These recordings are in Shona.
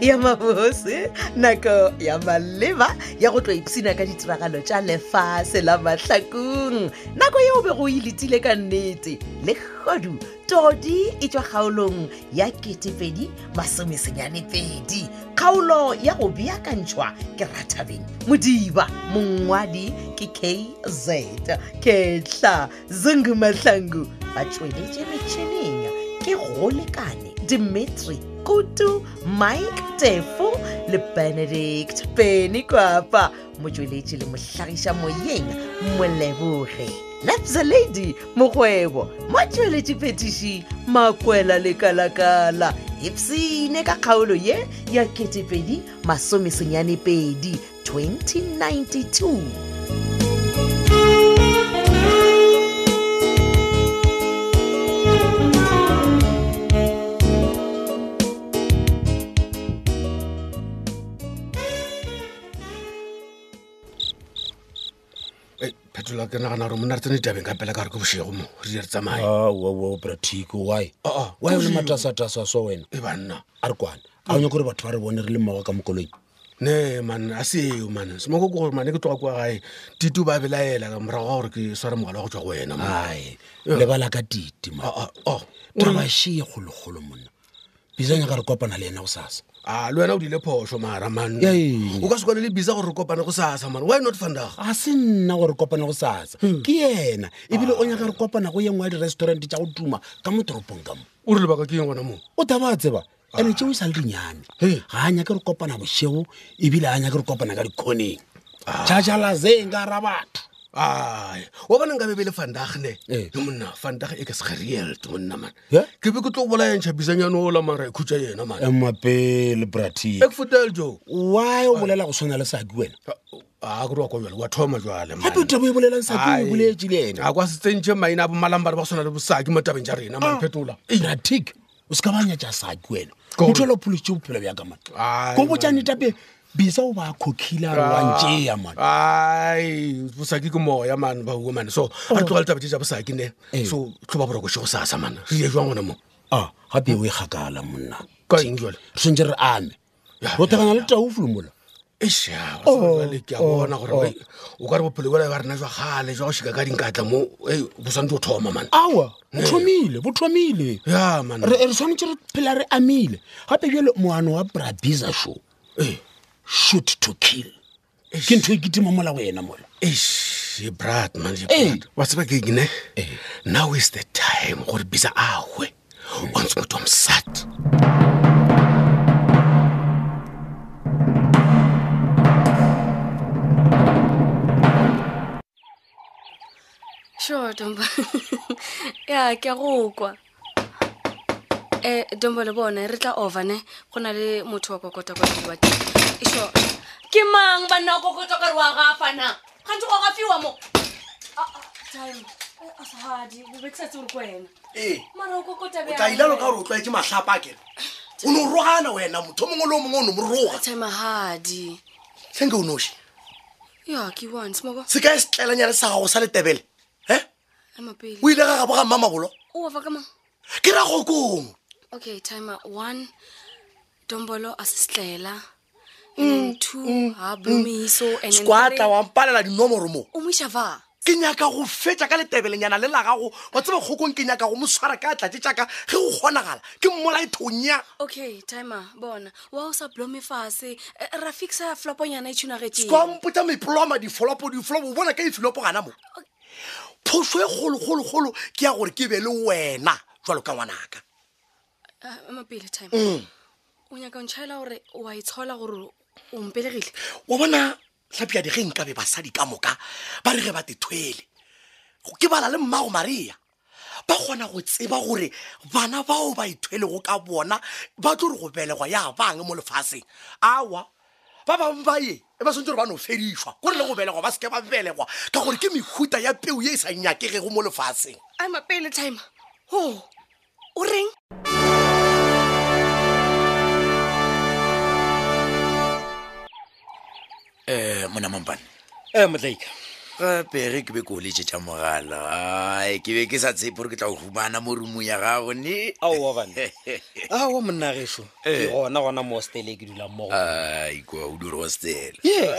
ya mabose nako ya maleba ya go tlo ipsina ka ditiragalo tša lefase la mahlakong nako yeo be go iletile e ka nnete le kgodu todi e tšwa kgaolong ya ketepedi masomesenyane2edi kgaolo ya go beakantšhwa ke rathabeng modiba mongwadi ke kz ketla zungu mahlangu ba tšweletše metšhineng ke go lekane dimitri kutu mike tefo le benedict peny kwapa motsweletši le mohlagiša moyeng moleboge lapsa lady mokgwebo motsweletši phetiši makwela lekalakala epsene ka kgaolo ye ya 2 2 2092 phetola Eh, ke nagana gore monna re tsene ditabeng ka pele ka re ke bosego mo re di re Ah. tsamaye aoao bratiko wy Ah, ah, wy o le ke bosego. matasatasa so wena e banna a re kwane a o nyako gore batho ba re bone re le mmawa ka mokoloing ne man a se eo man semoko ke gore mane ke tloga kwa gae tito ba belaela ka morago ga gore ke sware mogala go tswa go wena man. ae lebala ka titi ma Ah, ah, ah. tabashee kgolokgolo monna bisanya ka re kopana le ena go sasa Ah, le wena o dile phoso mara man Ya eng? o ka se kwane le bisa gore re kopane go sasa man why not fandag ga se nna gore kopana go sasa ke ena ebile o nyaka re kopana go ye ngwe ya di-restaurant tša go tuma ka mo toropong ka mo o re lebaka ke eng gona moo o taba a tseba ande tseo e sa le dinyane Hey. ga a nyake re kopana bošego ebile ga a nyake re kopana ka dikhoneng chachalaseng ka ra batho ai wa bona nka bebe le fandag ne Eh. yo monna fandag e ke se gareelt monna man Ya? ke be ke tlo bolayantšha bisanyane ola mara e khutsa yena man emapele bratic e ke fotel jo wy o bolela go tshwana le saki wena a ke re wa ko jale wa thoma jale man. gape tabo e bolelang saki o Ai. boletse le ena a kwa setsentšhe maina a bomalang bana ba go swana le bosaki mo tabeng ja rena Ah. man phetola bratic o se ka ba nyatsa saki wena o Ko gore- thola pholositse bophelo bjaka mane Ai, ko botsane tape bisa o ba cokhile a Ah. wantšea mane ai bosaki ke moya man bauo mane so Oh. a re tloga le tabe tse ja bosaki ne Eh. so tlho ba borokose go sasa man re ye jwang gona mo a gape o e gakala monna ka eng jale re swantse re ame Ya, ro ya, thekana le taufolo mola Oh, ešale ke a oh, bona gore wai, o ka re bophelo bola ba rena jwa gale jwa go šika ka dinkatla mo ei, bo swanetse go thoma man awa Eh. bo thomile bo thomile ya man Ah. re re tshwanetse re phela re amile gape jalo moano wa brabisa show Eh. shoot to kill ke ntho e ketima mola wena mola eish brat man ye Eh. brat. wa tseba ke eng ne now is the time gore bisa awe o ntse motho wa mosadi sure dombo ya ke a go kwa um dombo le bone re tla over ne go na le motho wa kokotakotadi wa teng Eh, sure ke mang banna wa kokotaka re wa gafana gantse go gafiwa mo Ah, ah, time. Eh, ah, sadi, be ke sa tse gore ko wena Eh. ee mara o kokota o tla ilalo ka gore o tlwaetse matlhapa a kena o ne o rogana wena motho o mongwe le o mongwe o ne moroga timehadi tlenke o noše ya ke one semoko se ka e setlaelanyane sa gago sa letebele e emapele o ile ga gaboga mma mabolo o ofa ka mang ke ra gokong okay timer one dombolo a se setlela Mm, and then two ga blomiso and then three- sekwatla wampalela dinomoro moo o moiša va ke nyaka go fetsa ka letebelenyana le la gago wa tseba kgokong ke nyaka go moswara ka tlatse jaaka ge go kgonagala ke mmolaethong ya okay timer bona wa o sa blome fase Eh, ra fixa floponyana e tshunagetseng swampotsa mepoloma difolopo difolopo o bona ka efilopo gana mo phoso e kgologologolo ke ya gore ke be le wena jwalo ka ngwanaka Ah, mapele Mm. timer o nyaka ntšhaela gore wa itshola gore o mpelegile wa bona tlhapiadi ge nkabe basadi ka moka ba re ge ba tethwele go ke bala le mmago maria ba kgona go tseba gore bana bao ba ithwelego ka bona ba tlo re go belegwa ya bang mo lefatsheng awa ba bangwe ba ye e ba swantse gore ba no fedišwa kore le go belegwa ba seke ba belegwa ka gore ke mehuta ya peo ye e sa nyakegego mo lefatsheng a mapele timer ho o reng um monamampane Eh, e motlaika Eh, gape ge ke be ke o letsetša mogala ai ke be ke sa tshepe gore ke tla o humana mo rumong ya gago ne aowa bane aowa monna gešo ke gona gona mo stele ke dulang mo go ai kwa o dire hostela Yes.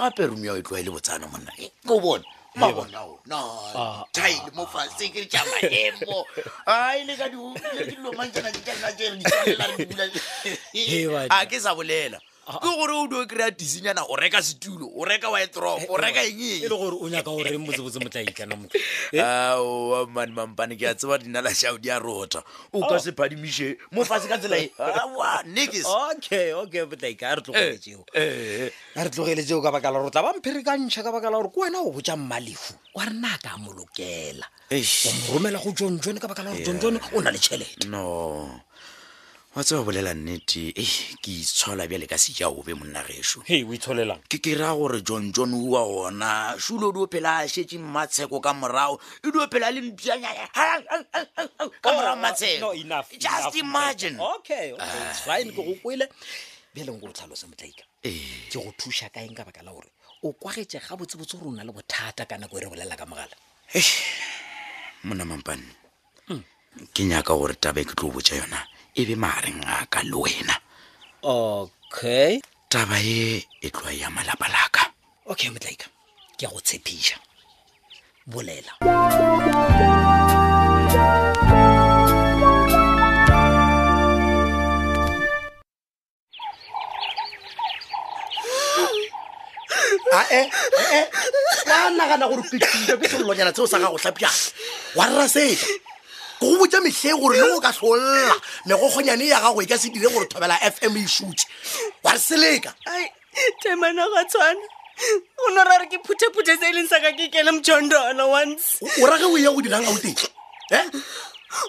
gape rumo yao e tloa e le botsana monna Eh, ke o bone mabonao Ah. nataile mo fase ke re tša maemo ai le ka dilo mantšana ditšana tše re di tšwalela re di bula. Hei, bana. a ke sa bolela Ah. ke gore o dio kry-a disinyana o reka setulo o reka witrop o reka eng e le gore o nyaka goreng botsebotse motla itlana motho aowa mane mampane ke a tseba dinala šao di a rota o Oh. ka se phadimiše mo fase ka tsela e Aowa, niggas. okay okay botlaika a re tlogele tseo Eh, eh. a re tlogele tseo ka baka la gore o tla bamphiri ka ntšha ka baka la gore ke wena o botsa mmalefu wa re na ka molokela Eish. Eh. o mo romela go john john ka baka la gore john john o na le tšhelete no wa tseba bolela nnete e ke itshwala bjale ka sejaobe monna gešo hei o itsholelang ke ke raya gore john john wa ona sulo o dio phela a šetse matsheko ka morago e dio phela a le mpianyaya Oh, ka morago matsheko just imagine okay okay it's fine ke go kwele bjaleng ko o tlhalose motlaika Eh, ke go thuša kaeng ka baka la gore o kwagetse ga botsebotse gore o na le bothata ka nako e re bolela ka mogala monna mampane Hmm. ke nyaka gore tabe ke tlo botsa yona e be maareng aka le wena okay taba ye e tloa ya malapa laka okay motlaika ke a go tshepiša bolela ae wa e, nagana gore ketlile ke selolonyana tseo sa gago tlhapjang wa rra sele ke go botsa metlhe gore le go ka tlholla megokgonyane ya gago e ka se dire gore thobela fm e shute wa re seleka ai temana ga tshwana o no ra re ke phutephute se e leng sa ka ke kele mjondolo once O- o rage o ye go dirang outeng e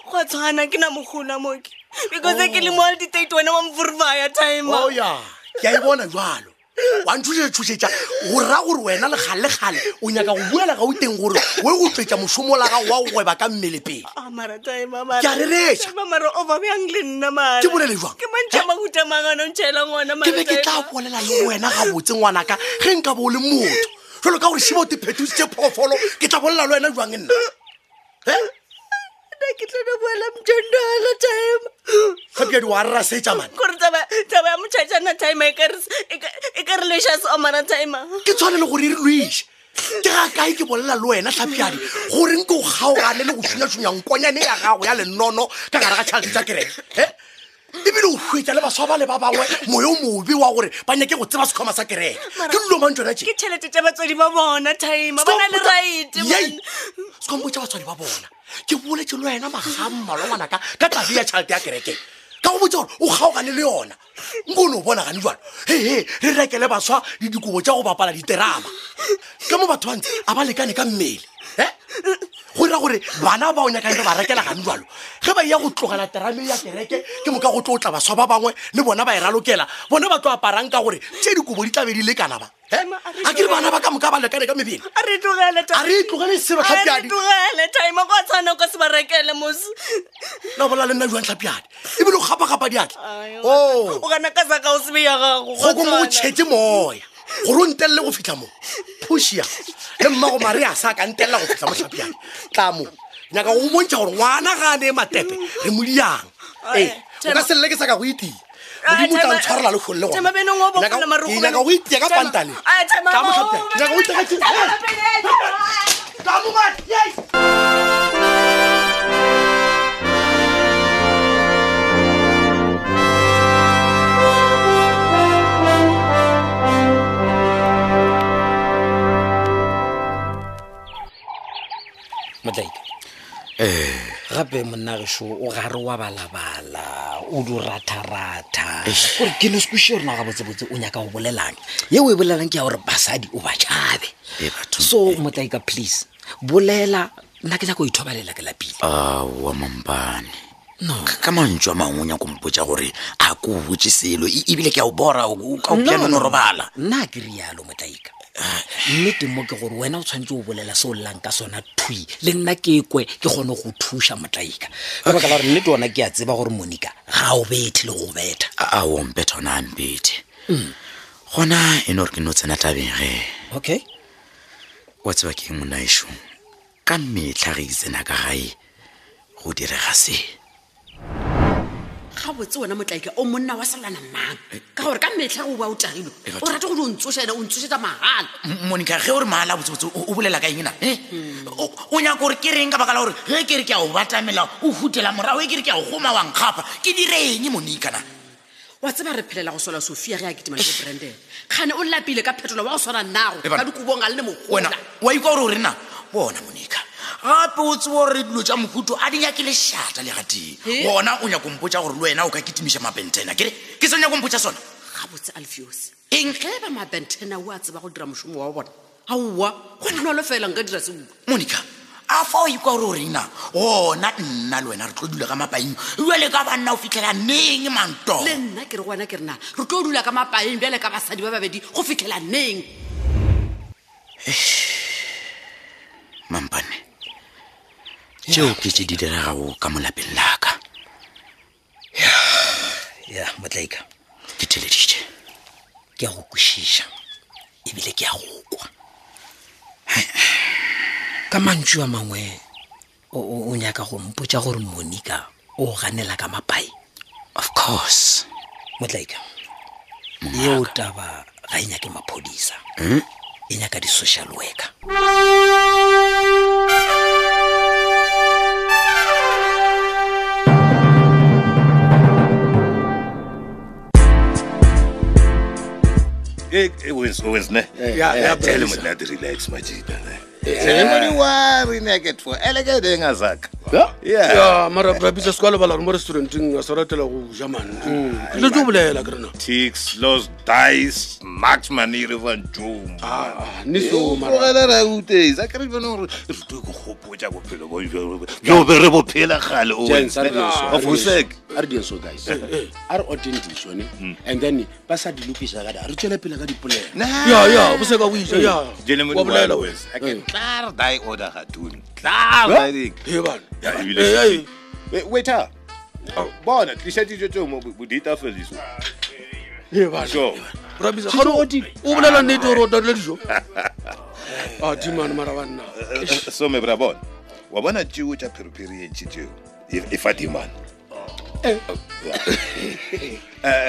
gwa tshwana ke na mogola moke because e ke le mo all ditate wena wa mvorivaya time oya ke a e bona jalo wa nthusetšhusetša go raya gore wena lekgalekgale o nyaka go buela gauteng gore o go tswetsa mošomo la gago wa go gweba ka mmele pele amara time Ke a rereša. mara over bjang le nna mara Ke bolele jwang? Eh? ke mantšha mahuta mangana o ntšhaelang ona ke be ke tla bolela le wena gabotse ngwanaka ge nka bo o le motho jalo ka gore shiba o te phetositse phoofolo ke tla bolela le wena jwang nna ke tlone boela mjondolo time gapedi wa e rra setša mane gore taba taba ya motšhatšana time e ka re- e ka- e ka relatious omara time ke tshwane le gore e re loise ke ga kae ke bolela le wena tlhapiadi gore nke o kgaogane le go šunyašunya nkonyane ya gago ya lenono ka gare ga tšhalete tsa kereke e ebile o hwetsa le baswa ba le ba bangwe moyo mobe wa gore ba nyake go tseba setlhoma sa kereke ke dilo mang tsona ke tšhelete tša batswadi ba bona time ba na le right man. sekompotsa batswadi ba bona ke boletse le wena magammalwa ngwanaka ka tabi ya tšhalete ya kereke ka go botsa gore o kgaogane le yona nko o ne o bonagane jalo ee re rekele baswa le dikobo tsa go bapala diterama ka mo batho bantse a ba lekane ka mmele e go dira gore bana ba o nyakang re ba rekela gane jalo ge ba ya go tlogela terame ya kereke ke moka go tlo o tla baswa ba bangwe le bona ba e ralokela bona ba tlo aparang ka gore tse dikobo di tlabe di lekana ba e Ema, a re a ke re bana ba ka moka ba lekane ka mebele a re tlogele a re e tlogele seba tlhapiadi tlogele time go a tshwana ko se ba rekele mose na bola le nna e jwang tlhapiadi ebile o gapagapa diatla o o kana ka saka o sebe ya gago gwa goko Oh. mo o tshwana. tšhetse moya gore o ntelele go fitlha mo phusia le mmago mare a sa ka ntelela go fitlha mo tlhapiadi tla mo nyaka go bontšha gore ngwana ga a ne matepe re mo diang ee o ka selele ke sa ka go itia modimo o tla ntshwarola le kgole Thema beno ngo bo kgona maroko beno. go itia ka Thema- pantale Ah, Thema Tla mo, bo- Tlhapiadi. Ke nyaka go itia ka tšhe- Thema Eh, pele- tla mo, man. Yes. motlaika gape monna gešo o gare wa balabala o di ratharata gore ke ne sekoshe rena ga botsebotse o nyaka go bolelang yeo e bolelang ke ya gore basadi o ba jabe Eh, batho. so motlaika please bolela nna ke nyako ithobalela ke lapile aowa mampane no ka mantswe a mangwe o nyako mpotsa gore a ko botse selo e- ebile ke a o bora o- o ka No, opiano no, no no. robala nna ke rialo motlaika nnete mo ke gore wena o tshwanetse o bolela se o llang ka sona thui le nna ke kwe ke kgone go thuša motlaika ka baka la gore nnete ona ke a tseba gore monika ga o bethe le go betha a ompeta ona a Mm. mpete gona e no gore ke no tsena tabeng ge okay wa tseba ke eng monaišo ka metlha ge itsena ka gae go direga se ga botse wena motlaika o monna wa selwana mang Eh, ka gore ka metlha go ba o tagilwe E batho- o rate gore o ntsošele o ntsošetsa mahala M- monica ge o re maala botsebotse o o bolela ka engena o nyaka gore ke reng ka baka la gore ge ke re ke a o batamela o hutela morago e ke re ke a o goma wa nkgapa ke dire eng monicana wa tseba re phelela go sola sophia ge a ketima le bo branden kgane o lapile ka phetolo wa go swana nago E Eh. bana- ka dikobong a le le mogola wena wa ikwa gore o rena bona monica gape o tsebo gore dilo tša mokhuto a di nyake lešata le gateng Eh? gona o nyako mpotsa gore le wena o ka ketimiša mapentena kere ke se o nyako mpotsa sona gabotse alfios Eng? ge ba mabentena o a tseba go dira mošomo wa bona aowa go nalo fela nka dira seutlwa monica a fa o ikwa gore o rena gona nna le wena re tlo dula ka mapaing jale ka banna o fitlhela neng manto le Eh, nna ke re gona ke rena re tlo dula ka mapaeng bjale ka basadi ba babedi go fitlhela neng mampane tšeo ke tše di diragago ka mo lapeng laka ya motlaika ke theleditše ke a go kwešiša ebile ke a go kwa ka mantšu a mangwe o- o o nyaka go mpotsa gore monica o ganela ka mapai of course motlaika yeo taba ga e nyake maphodisa e nyaka di-social worker Eh, Yeah, yeah, please. relax majidane Eh, wa renaked for elekedenga zaka ya mara brapisa se ka lebala gore mo restauranteng a saratela go ja manto dilo tse o bolela ke rena ticks los dice maxmanere van jom Ah, Eh, niso mara ogelera utesa ke re bone gore re tlo ke gopotsa bophelo jo be re bophela gale Gents, are doing so, are doing so. ofosek Are doing so, guys a re otendisone and then ba sa di lokisa kada re tswele pele ka dipolena ya Ah, ya boseka o ija ya wa bolela wena Eh. tlar di order gatun tlar he bana Ya, ebile- Eh, eh, waiter bona tlisa dijo tseo mo boditafeliso he Eh, bana sure brapisa gare o bolela nnete gore o tatile dijo a dimane mara banna so me bra bona wa bona tjeo tša pheropheri ye ntšhi tjeo e fadimane Eh,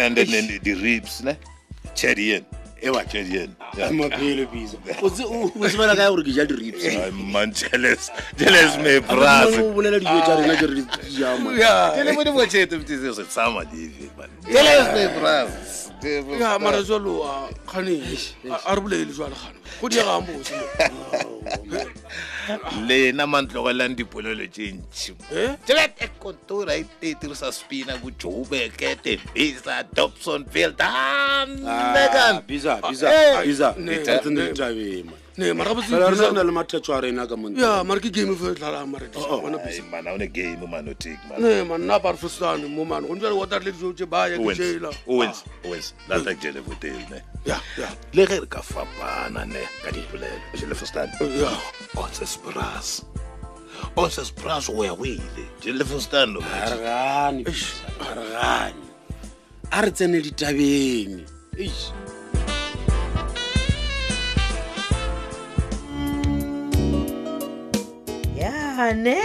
and then- then di-rips ne chadien e ba chadien maphelo bisa o tsebela ka ya gore ke ja di-rips man jealous jealous me bras o bolela dijo tsa rena ke re jama Telefone bochete mtizo setsama divi man. Jealous me bras. ya mara jalo a kgane a re bolele jale kgane go diegang bose lena mantlogelang dipolelo tše ntšhi Eh? tšhelete kontora e e dirisa spina bojobeke tebisa dobson field Ah, bisa bisa Eh, bisa Ah, E ne, letsatsi ne. ne ditabema ne fela re sa marabotse na le mathetso a rena ka montle ya mara ke game fo e tlhalang mareone manaone game manotik manna ba re fosane mo mane go ntsale watatile dijo tse baya dijela latakjele botene ya ya Ah. le ge re ka fapana ne ka dipolelo jelefostan ya onses bras onses bras o ya o ile jelefostan a re gane bisa, a re gane a re tsene ditabeng Eish. yane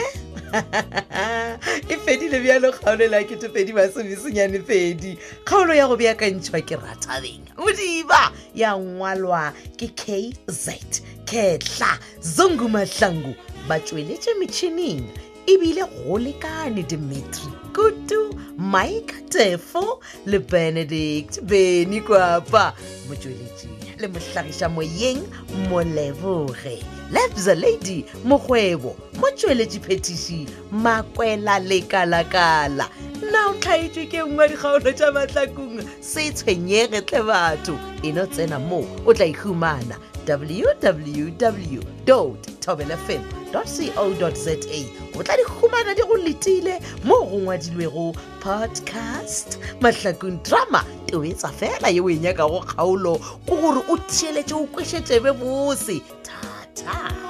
e fedile bjalo kgaolo la ketepedi masomesenyane pedi kgaolo ya go beakantšhwa ke ratabeng modiba ya ngwalwa ke kz ketla zungu mahlangu ba tsweletše metšhining ebile go lekane dimitri kutu mike tefo le benedict beny kwapa motsweletši le mohlagiša moyeng moleboge lebza lady mokgwebo motsweletši phetiši makwela lekalakala na o tlhaetšwe ke nngwe dikgaolo tša matlakong se tshwenyege tle batho e no tsena moo o tla ihumana www tobelfm co za o tla di humana di go letile mo go ngwadilwego podcast mahlakong drama tobetsa fela yeo e nyakago kgaolo ko gore o theeletše o kwešetsebe bose thata